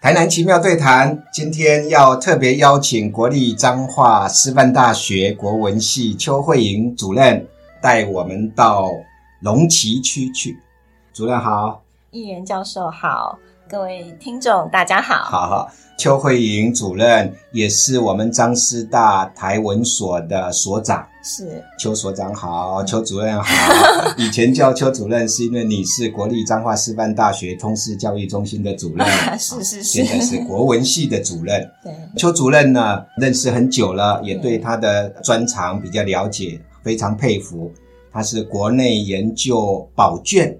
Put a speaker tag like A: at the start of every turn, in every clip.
A: 台南奇妙对谈，今天要特别邀请国立彰化师范大学国文系邱慧莹主任带我们到龙崎区去。主任好，
B: 议员教授好，各位听众大家好。
A: 好好，邱慧莹主任也是我们彰师大台文所的所长。
B: 是
A: 邱所长好，
B: 嗯
A: 邱主 任好。以前叫邱主任是因为你是国立彰化师范大学通识教育中心的主任，
B: 是是
A: 现在是
B: 是，
A: 国文系的主任。
B: 对，
A: 邱主任呢，认识很久了，也对他的专长比较了解，非常佩服。他是国内研究宝 卷，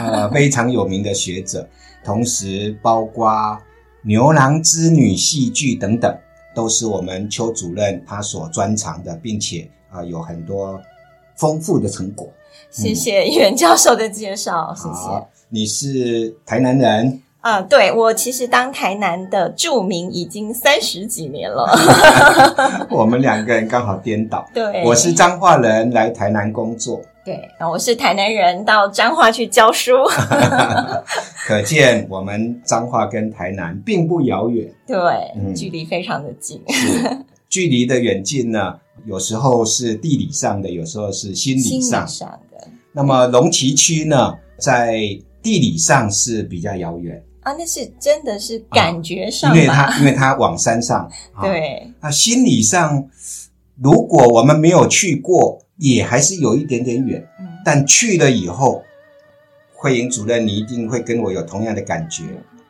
A: 呃，非常有名的学者，同时包括牛郎织女戏剧等等，都是我们邱主任他所专长的，并且啊、呃有很多丰富的成果。
B: 谢谢议员教授的介绍，谢谢。
A: 嗯好，你是台南人，
B: 啊，对我其实当台南的著名已经三十几年了，
A: 我们两个人刚好颠倒。
B: 对，
A: 我是彰化人，来台南工作。
B: 对，然后我是台南人，到彰化去教 书，
A: 可见我们彰化跟台南并不遥远，
B: 对，
A: 嗯
B: 距离非常的近，
A: 是距离的远近呢，有时候是地理上的，有时候是心
B: 心
A: 理
B: 理
A: 上。
B: 上的
A: 那么龙崎区呢，在地理上是比较遥远，
B: 啊，那是真的是感觉
A: 因
B: 上
A: 为
B: 吧，
A: 它因为它往山 上。啊，
B: 对，
A: 那心理上，如果我们没有去过，也还是有一点点远。
B: 嗯，
A: 但去了以后，慧莹主任，你一定会跟我有同样的感觉，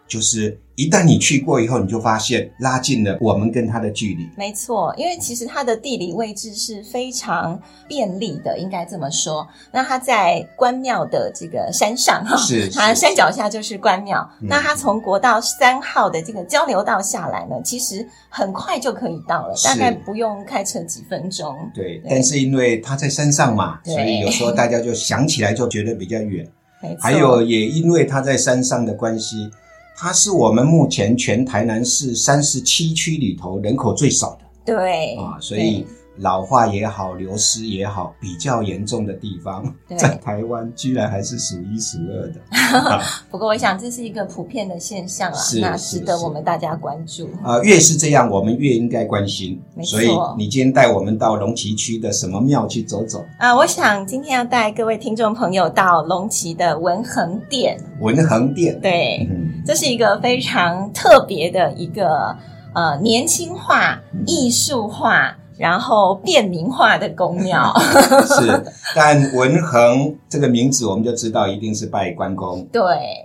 A: 就是一旦你去过以后，你就发现拉近了我们跟他的距离。
B: 没错，因为其实它的地理位置是非常便利的，应该这么说。那它在关庙的这个山上哈，
A: 是
B: 它
A: 是
B: 山脚下就是关庙。
A: 嗯
B: 那它从国道三号的这个交流道下来呢，其实很快就可以到了，
A: 是
B: 大概不用开车几分钟。
A: 对
B: 对，
A: 但是因为他在山上嘛，
B: 对
A: 所以有时候大家就想起来就觉得比较 远。
B: 没错，
A: 还有也因为他在山上的关系，他是我们目前全台南市三十七区里头人口最少的
B: 对
A: 啊，所以老化也好，流失也好，比较严重的地方，
B: 对
A: 在台湾居然还是数一数二的。
B: 对不过我想这是一个普遍的现象啊，
A: 是
B: 那
A: 是
B: 值得
A: 是
B: 我们大家关注。
A: 呃，越是这样，我们越应该关心。
B: 没错
A: 所以你今天带我们到龙崎区的什么庙去走走？
B: 啊、我想今天要带各位听众朋友到龙崎的文恒殿，
A: 文恒 殿。，
B: 对，
A: 嗯，
B: 这是一个非常特别的一个呃年轻化、艺术化，然后便民化的宫庙。
A: 嗯是。但文恒这个名字，我们就知道一定是拜关公
B: 对，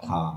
A: 啊。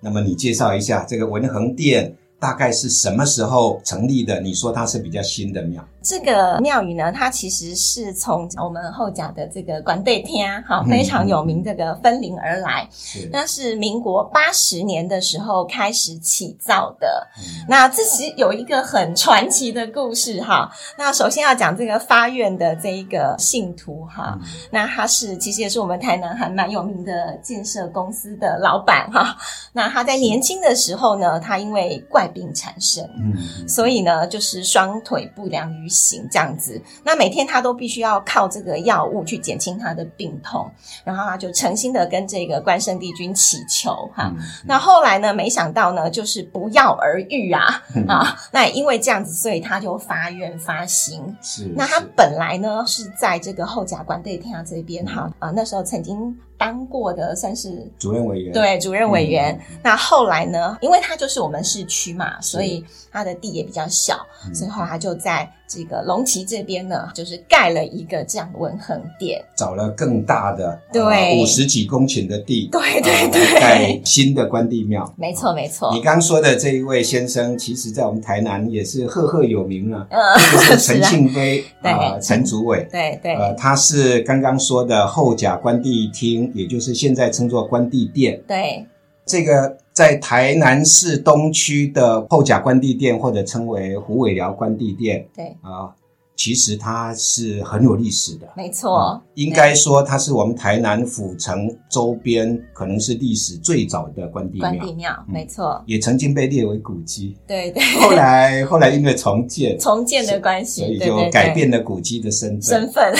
A: 那么你介绍一下这个文恒殿大概是什么时候成立的？你说它是比较新的庙，
B: 这个庙宇呢，它其实是从我们后甲的这个管贝天哈
A: 嗯
B: 非常有名这个分灵而来。
A: 是
B: 那是民国八十年的时候开始起造的。
A: 嗯
B: 那这其实有一个很传奇的故事哈。那首先要讲这个发愿的这一个信徒哈，那他是其实也是我们台南还蛮有名的建设公司的老板哈。那他在年轻的时候呢，他因为怪病缠身。
A: 嗯，
B: 所以呢，就是双腿不良于行这样子。那每天他都必须要靠这个药物去减轻他的病痛，然后他就诚心的跟这个关圣帝君祈求哈。
A: 嗯
B: 那后来呢？没想到呢，就是不药而 愈啊、
A: 嗯
B: 啊！那也因为这样子，所以他就发愿发心。
A: 是。
B: 那他
A: 是
B: 本来呢是在这个后甲官对天啊这
A: 嗯
B: 边哈啊，那时候曾经当过的算是
A: 主任委员，
B: 对主任委员，
A: 嗯
B: 那后来呢？因为它就是我们市区嘛，所以它的地也比较小，
A: 嗯
B: 所以后来就在这个龙崎这边呢，就是盖了一个这样的文衡殿。
A: 找了更大的，啊
B: 对
A: 五十几公顷的地，
B: 对对
A: 呃
B: 对
A: 来盖新的关帝庙。哦
B: 没错，没错
A: 你。刚说的这一位先生，其实在我们台南也是赫赫有名啊，
B: 呃，
A: 就是
B: 是
A: 陈
B: 啊，
A: 庆飞
B: 对
A: 啊，陈主委。
B: 对对，
A: 呃，他是刚刚说的后甲关帝厅，也就是现在称作关帝殿。
B: 对，
A: 这个在台南市东区的后甲关帝殿，或者称为虎尾寮关帝殿
B: 对，
A: 啊、其实它是很有历史的。
B: 没错
A: 嗯，应该说它是我们台南府城周边可能是历史最早的关帝
B: 关
A: 庙
B: 帝，庙，
A: 嗯
B: 没错，
A: 也曾经被列为古 迹。
B: 对对。
A: 后来后来因为重建，
B: 重建的关系
A: 所，以
B: 对对
A: 就
B: 对
A: 改变了嗯古迹的身份。
B: 身份。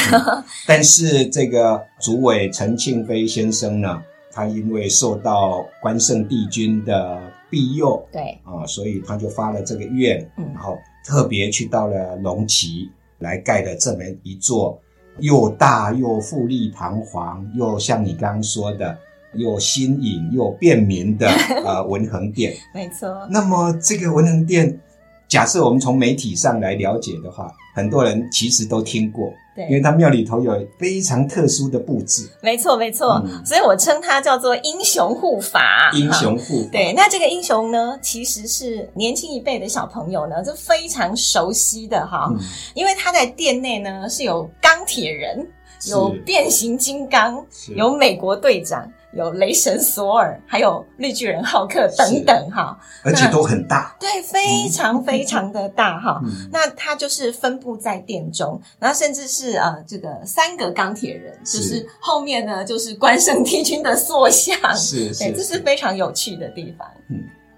A: 但是这个主委陈庆飞先生呢，他因为受到关圣帝君的庇佑
B: 对，
A: 啊，所以他就发了这个愿，
B: 嗯
A: 然后特别去到了龙崎来盖了这么一座又大又富丽堂皇，又像你刚刚说的又新颖又便民 的呃文衡殿。
B: 没错，
A: 那么这个文衡殿，假设我们从媒体上来了解的话，很多人其实都听过，因为
B: 对，
A: 它庙里头有非常特殊的布置，
B: 没错，没错。
A: 嗯
B: 所以我称它叫做英雄护法，
A: 英
B: 哈
A: 雄护法。
B: 对，那这个英雄呢，其实是年轻一辈的小朋友呢，就非常熟悉的哈，
A: 嗯，
B: 因为他在店内呢是有钢铁人，
A: 是
B: 有变形金刚，
A: 是
B: 有美国队长，有雷神索尔，还有绿巨人浩克等等哈。
A: 而且都很大。
B: 对，非常非常的大哈。
A: 嗯，
B: 那它就是分布在店中，然后甚至是呃，这个三个钢铁人，就是是后面呢就是关圣帝君的塑像，
A: 是
B: 对，
A: 是，
B: 这是非常有趣的地方。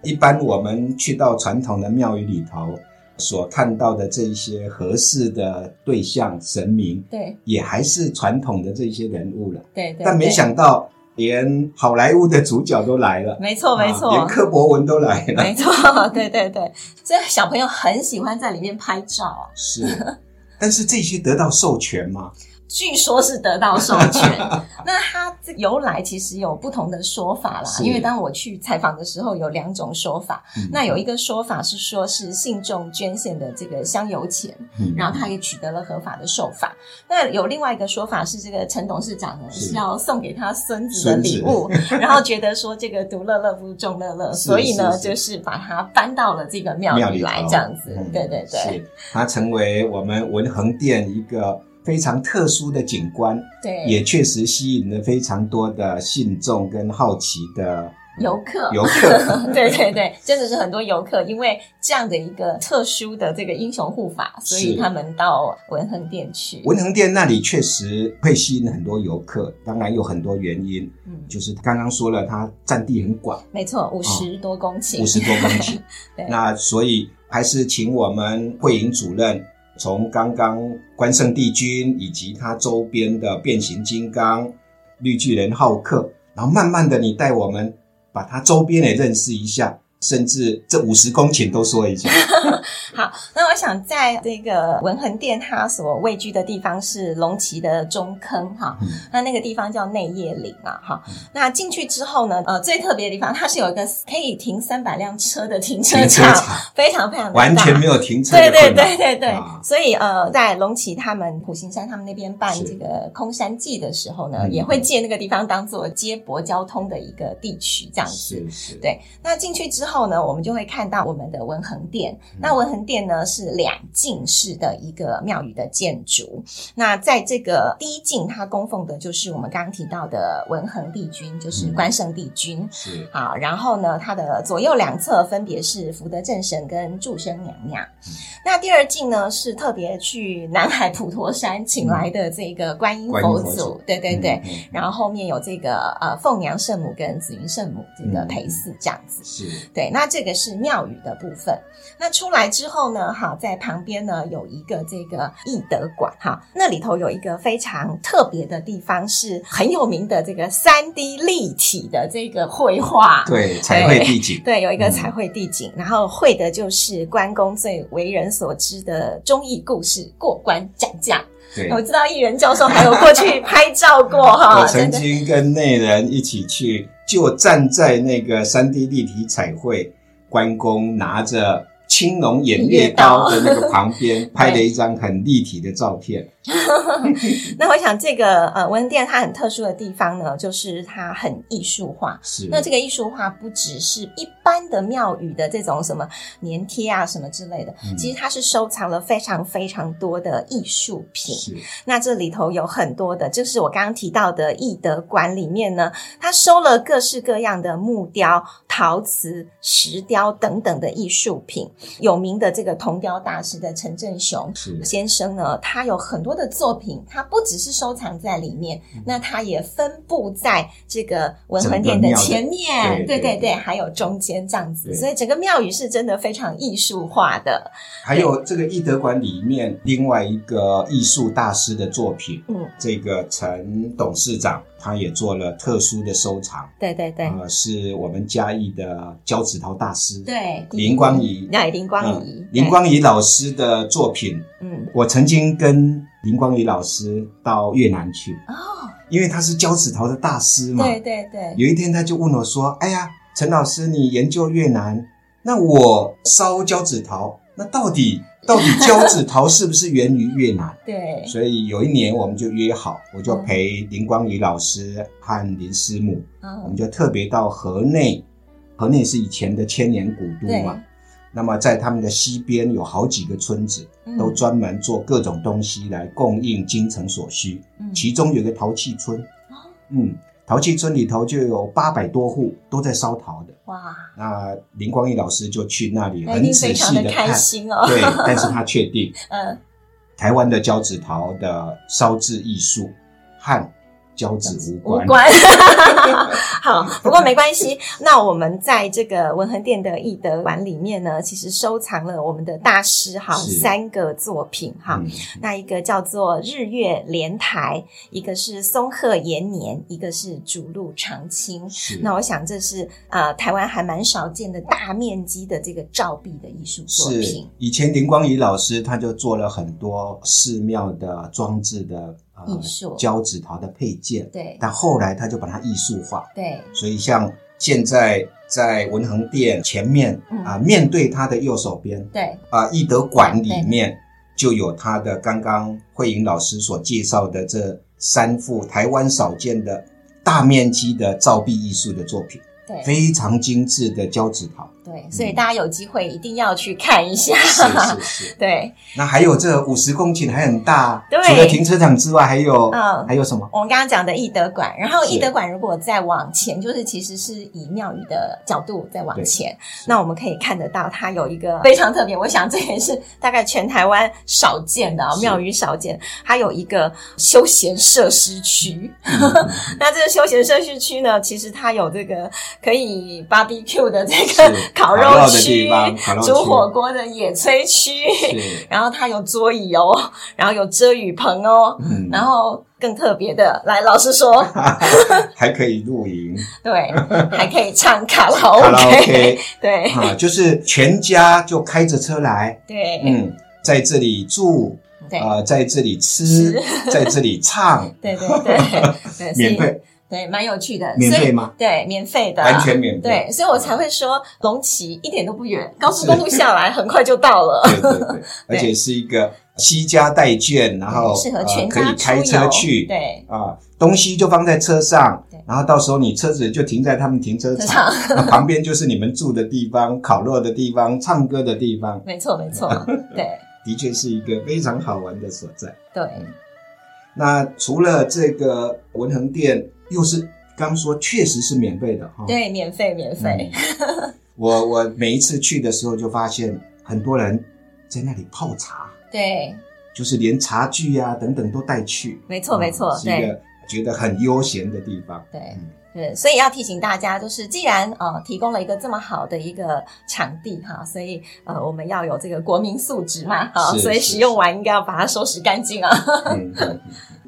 A: 一般我们去到传统的庙宇里头所看到的这一些合适的对象神明，
B: 对
A: 也还是传统的这些人物了。
B: 对对，
A: 但没
B: 对
A: 想到，连好莱坞的主角都来了，
B: 没错，没
A: 啊
B: 错
A: 连，柯博文都来 了。
B: 没错，对对对，所以小朋友很喜欢在里面拍照啊，
A: 是，但是这些得到授权吗？
B: 据说是得到授 权。那它这由来其实有不同的说法啦，
A: 是
B: 因为当我去采访的时候有两种说法，
A: 嗯
B: 那有一个说法是说是信众捐献的这个香油钱，
A: 嗯
B: 然后他也取得了合法的授法。那有另外一个说法是，这个陈董事长呢
A: 是
B: 是要送给他孙子的礼 物，然后觉得说这个独乐乐不如众乐乐，
A: 是
B: 所以呢
A: 是是
B: 就是把它搬到了这个庙
A: 庙
B: 里来
A: 头
B: 这样子。
A: 嗯
B: 对对对
A: 是它成为我们文衡殿一个非常特殊的景观，
B: 对，
A: 也确实吸引了非常多的信众跟好奇的
B: 游客。
A: 游客。
B: 对对对，真的是很多游客，因为这样的一个特殊的这个英雄护法，所以
A: 是
B: 他们到文衡殿去。
A: 文衡殿那里确实会吸引很多游客，当然有很多原因，
B: 嗯，
A: 就是刚刚说了，它占地很广，
B: 没错，五十多公顷，
A: 哦五十多公顷
B: 对。
A: 那所以还是请我们慧颖主任从刚刚关圣帝君以及他周边的变形金刚、绿巨人、浩克，然后慢慢的你带我们把它周边也认识一下，甚至这五十公顷都说一下。
B: 好，那我想在这个文衡殿，它所位居的地方是龙崎的中坑哈。
A: 嗯
B: 那那个地方叫内叶岭啊，哈。那进去之后呢，呃，最特别的地方，它是有一个可以停三百辆车的停车
A: 停车
B: 场，
A: 场
B: 非常非常的大
A: 完全没有停车
B: 对
A: 的
B: 对
A: 困难。
B: 对对对，
A: 啊
B: 所以呃，在龙崎他们普行山他们那边办
A: 是
B: 这个空山祭的时候呢，
A: 嗯
B: 也会借那个地方当做接驳交通的一个地区这样子。
A: 是是，
B: 对，那进去之后呢，我们就会看到我们的文衡殿。
A: 嗯
B: 那文衡殿呢是两进式的一个庙宇的建筑。那在这个第一进，它供奉的就是我们刚刚提到的文衡帝君，就是
A: 嗯
B: 关圣帝君。
A: 是
B: 好，然后呢，它的左右两侧分别是福德正神跟祝生娘娘。
A: 嗯
B: 那第二镜呢，是特别去南海普陀山请来的这个观音
A: 嗯观音
B: 佛
A: 佛
B: 祖，
A: 祖
B: 对对对。，
A: 嗯嗯
B: 然后后面有这个呃凤娘圣母跟紫云圣母这个
A: 嗯
B: 陪祀这样子。
A: 是
B: 对，那这个是庙宇的部分。那出来之后呢，哈，在旁边呢有一个这个义德馆，哈，那里头有一个非常特别的地方，是很有名的这个三 D 立体的这个绘画。
A: 对彩绘地景，
B: 对，有一个
A: 嗯
B: 彩绘地景，然后绘的就是关公最为人所知的忠义故事——过关斩将。
A: 对。
B: 我知道艺人教授还有过去拍 照过哈，
A: 我曾
B: 真的
A: 经跟内人一起去，就站在那个三 D 立体彩绘，关公拿着青龙偃月刀的那个旁 边，拍了一张很立体的照片。
B: 那我想这个呃文店它很特殊的地方呢，就是它很艺术化。
A: 是，
B: 那这个艺术化不只是一般的庙宇的这种什么粘贴啊什么之类的，
A: 嗯
B: 其实它是收藏了非常非常多的艺术品。
A: 是
B: 那这里头有很多的，就是我刚刚提到的义德馆里面呢，它收了各式各样的木雕、陶瓷、石雕等等的艺术品。有名的这个铜雕大师的陈振雄
A: 是
B: 先生呢，他有很多的作品，他不只是收藏在里面，
A: 嗯
B: 那他也分布在这个文衡殿的前面，
A: 整个庙的对
B: 对对
A: 对
B: 对，还有中间这样子，
A: 对
B: 所以整个庙宇是真的非常艺术化的。
A: 还有这个义德馆里面另外一个艺术大师的作品，
B: 嗯，
A: 这个陈董事长他也做了特殊的收藏，
B: 对对对
A: 呃，是我们嘉义的胶纸陶大师
B: 对，
A: 林光仪，
B: 那林光
A: 嗯
B: 仪，
A: 林
B: 对，
A: 光仪老师的作品。
B: 嗯，
A: 我曾经跟林光仪老师到越南去，
B: 哦，
A: 因为他是胶纸陶的大师嘛。
B: 对对对，
A: 有一天他就问我说：“哎呀，陈老师，你研究越南，那我烧胶纸陶，那到底到底胶纸陶是不是源于越南？”
B: 对，嗯
A: 所以有一年我们就约好，我就陪林光宇老师和林师母，我们
B: 嗯，
A: 就特别到河内，河内是以前的千年古都
B: 对，
A: 嘛。那么在他们的西边有好几个村子，
B: 嗯
A: 都专门做各种东西来供应京城所需。
B: 嗯
A: 其中有一个陶器村，嗯，陶器村里头就有八百多户都在烧陶的。
B: 哇，
A: 那林光义老师就去那里
B: 那一
A: 很
B: 定非
A: 仔
B: 常
A: 细
B: 的
A: 的
B: 开
A: 看，
B: 心哦，
A: 对，但是他确定
B: 嗯，
A: 台湾的胶纸陶的烧制艺术和胶纸无
B: 无
A: 关。 嗯
B: 关。 好，不过没关系。那我们在这个文恒殿的易德馆里面呢，其实收藏了我们的大师哈
A: 是
B: 三个作品哈。
A: 嗯
B: 那一个叫做日月莲台，一个是松鹤延年，一个是竹鹿长青。
A: 是
B: 那我想这是呃台湾还蛮少见的大面积的这个照壁的艺术作
A: 是
B: 品。
A: 以前林光仪老师他就做了很多寺庙的装置的呃
B: 艺术
A: 胶纸陶的配件，
B: 对
A: 但后来他就把它艺术化，
B: 对，
A: 所以像现在在文衡殿前面啊、
B: 嗯
A: 面对它的右手边
B: 对，
A: 啊，义、德馆里面就有他的刚刚慧颖老师所介绍的这三幅台湾少见的大面积的造壁艺术的作品，
B: 对，
A: 非常精致的胶纸 陶，
B: 对，所以大家有机会一定要去看一下。
A: 是是是。
B: 对，
A: 那还有这五十公顷还很大，
B: 对
A: 除了停车场之外，还有、
B: 嗯
A: 还有 什么？
B: 我们刚刚讲的义德馆，然后
A: 是
B: 义德馆如果再往前，就是其实是以庙宇的角度再往前，那我们可以看得到它有一个非常特别，我想这也是大概全台湾少见的、啊、
A: 是
B: 庙宇少见，它有一个休闲设施区。
A: 嗯
B: 那这个休闲设施区呢，其实它有这个可以 barbecue 的这个
A: 是
B: 烤
A: 烤
B: 肉
A: 肉的
B: 区
A: 地方烤肉，区
B: 煮火锅的野炊区，
A: 是，
B: 然后它有桌椅哦，然后有遮雨棚哦，
A: 嗯
B: 然后更特别的，来老 师说，
A: 还可以露营，
B: 对，还可以唱卡拉
A: 卡拉
B: OK，
A: OK
B: 对
A: 啊，就是全家就开着车来，
B: 对
A: 嗯，在这里住，
B: 对
A: 啊，在这里吃
B: 吃，
A: 在这里唱，
B: 对对 对对，
A: 免
B: 所以
A: 费，
B: 对，蛮有趣的，
A: 免
B: 所
A: 费
B: 以
A: 吗？
B: 对，免费的，
A: 完全免费。
B: 对，所以我才会说龙崎一点都不远，高速公路下来很快就到了，
A: 对对 对，而且是一个惜家带眷，然后
B: 适合
A: 呃
B: 全
A: 可
B: 家
A: 以开
B: 出游
A: 车去，
B: 对，
A: 啊，东西就放在车上
B: 对，
A: 然后到时候你车子就停在他们停车
B: 车
A: 场，
B: 场，
A: 那旁边就是你们住的地方、烤肉的地方、唱歌的地方，
B: 没错没 错，对
A: 的确是一个非常好玩的所在。
B: 对
A: 哦那除了这个文恒店，又是刚说确实是免费的哈。
B: 对，免费免费，
A: 嗯我我每一次去的时候就发现很多人在那里泡茶，
B: 对，
A: 就是连茶具啊等等都带去。
B: 没错没错
A: 啊，是一
B: 对。
A: 个觉得很悠闲的地方。
B: 对
A: 嗯
B: 对，所以要提醒大家，就是既然呃提供了一个这么好的一个场地哈，所以呃我们要有这个国民素质嘛哈，
A: 是
B: 所以
A: 是
B: 使用完应该要把它收拾干净啊。
A: 嗯嗯嗯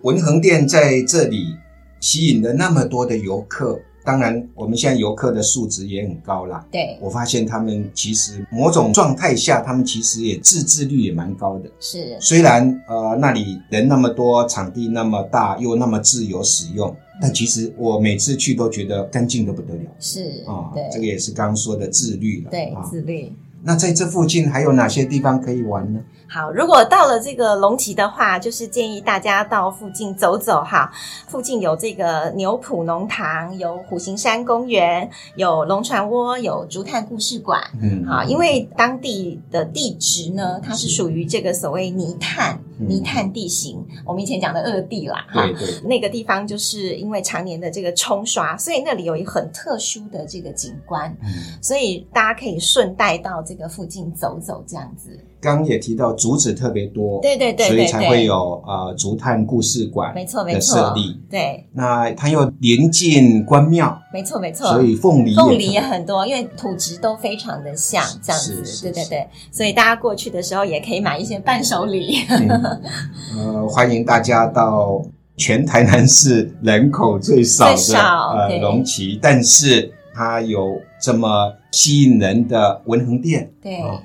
A: 文恒店在这里吸引了那么多的游客，当然我们现在游客的素质也很高啦。
B: 对，
A: 我发现他们其实某种状态下，他们其实也自制率也蛮高的。
B: 是，
A: 虽然呃那里人那么多，场地那么大，又那么自由使用，
B: 嗯
A: 但其实我每次去都觉得干净的不得了
B: 是，
A: 啊、
B: 对，
A: 这个也是刚刚说的自律了。
B: 对
A: 啊，
B: 自律。
A: 那在这附近还有哪些地方可以玩呢？
B: 好，如果到了这个龙崎的话，就是建议大家到附近走走哈。附近有这个牛浦农堂，有虎形山公园，有龙船窝，有竹炭故事馆。
A: 嗯，
B: 啊，因为当地的地质呢，它是属于这个所谓泥炭
A: 嗯
B: 泥炭地形，我们以前讲的二地啦，哈
A: 对。对
B: 那个地方就是因为常年的这个冲刷，所以那里有一很特殊的这个景观，
A: 嗯，
B: 所以大家可以顺带到这个附近走走，这样子。
A: 刚刚也提到竹子特别多，
B: 对对对
A: 所
B: 对
A: 以才会
B: 对，
A: 有呃竹炭故事馆
B: 没错没
A: 的设
B: 错
A: 立。，
B: 对，
A: 那它又临近关庙，
B: 没错没错。
A: 所以凤梨
B: 凤梨也
A: 也特
B: 很多，因为土质都非常的像这样
A: 是
B: 子，
A: 是
B: 对对
A: 是
B: 对，所以大家过 去的时候也可以买一些伴手礼。
A: 别嗯呃，欢迎大家到全台南市人口最少
B: 最
A: 的
B: 少
A: 呃
B: 对
A: 龙崎，但是它有这么吸引人的文衡殿
B: 对
A: 啊，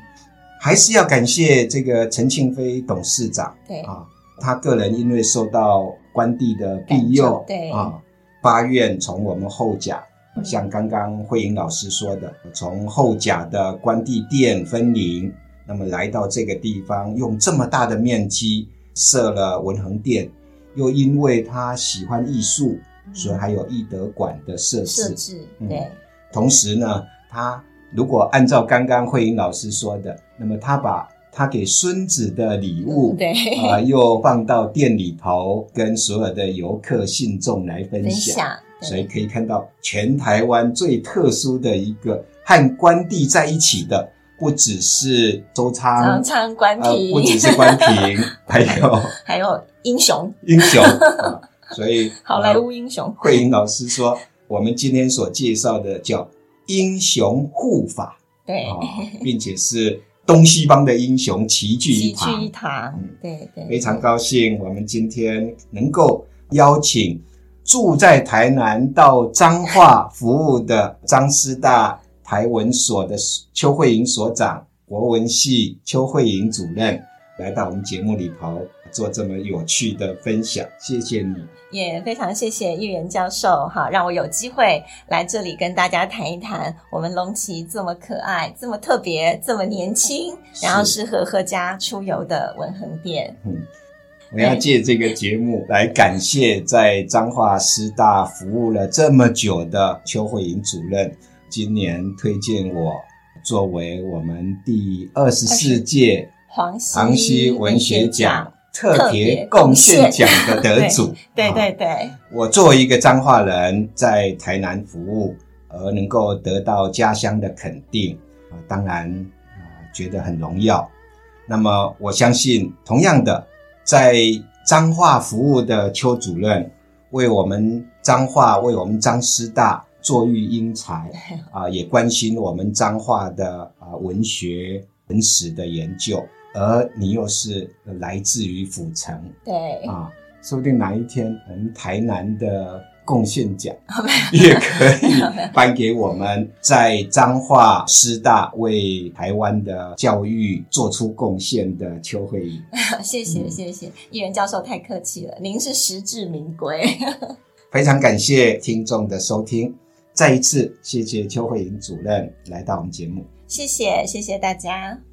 A: 还是要感谢这个陈庆飞董事长
B: 对
A: 啊，他个人因为受到官地的庇
B: 感
A: 佑
B: 召，对
A: 啊，发愿从我们后甲。
B: 嗯
A: 像刚刚慧颖老师说的，从后甲的关帝殿分灵，那么来到这个地方，用这么大的面积设了文衡殿，又因为他喜欢艺术，所以还有艺德馆的设
B: 设
A: 置。
B: 置
A: 嗯
B: 对
A: 同时呢，他如果按照刚刚慧颖老师说的，那么他把他给孙子的礼物。
B: 对
A: 啊、又放到店里头，跟所有的游客信众来分
B: 分
A: 享。
B: 享
A: 所以
B: 对
A: 可以看到全台湾最特殊的一个和官地在一起的，不只是周
B: 常
A: 仓，
B: 常关
A: 呃，
B: 平
A: 不只是关平，还有
B: 还有英雄
A: 英雄。啊所以
B: 好莱
A: 呃
B: 坞英雄
A: 慧颖老师说，我们今天所介绍的叫英雄护法
B: 对
A: 啊，并且是东西方的英雄齐聚一
B: 喜剧
A: 堂
B: 一。堂
A: 嗯
B: 对对
A: 非常高兴我们今天能够邀请住在台南到彰化服务的彰师大台文所的邱慧莹所长、国文系邱慧莹主任来到我们节目里头做这么有趣的分享，谢谢你。
B: 也非常谢谢叶元教授哈，让我有机会来这里跟大家谈一谈我们龙崎这么可爱、这么特别、这么年轻，
A: 是
B: 然后适合合家出游的文衡店。
A: 我要借这个节目来感谢在彰化师大服务了这么久的邱慧莹主任，今年推荐我作为我们第二十四届
B: 黄溪
A: 杭西文学奖，特
B: 特
A: 别
B: 别
A: 贡
B: 贡
A: 献
B: 献。
A: 奖的得主
B: 对对
A: 啊，
B: 对，
A: 我作为一个彰化人，在台南服务，而能够得到家乡的肯定，啊，当然啊、觉得很荣耀。那么我相信，同样的，在彰化服务的邱主任，为我们彰化，为我们彰师大坐育英才，啊、也关心我们彰化的啊、文学文史的研究，而你又是来自于府城
B: 对，
A: 啊，说不定哪一天我们台南的贡献奖 也可以颁给我们在彰化师大为台湾的教育做出贡献的邱慧仪。
B: 谢谢
A: 嗯
B: 谢谢，叶元教授太客气了，您是实至名归。
A: 非常感谢听众的收听，再一次谢谢邱慧莹主任来到我们节目。
B: 谢谢谢谢大家。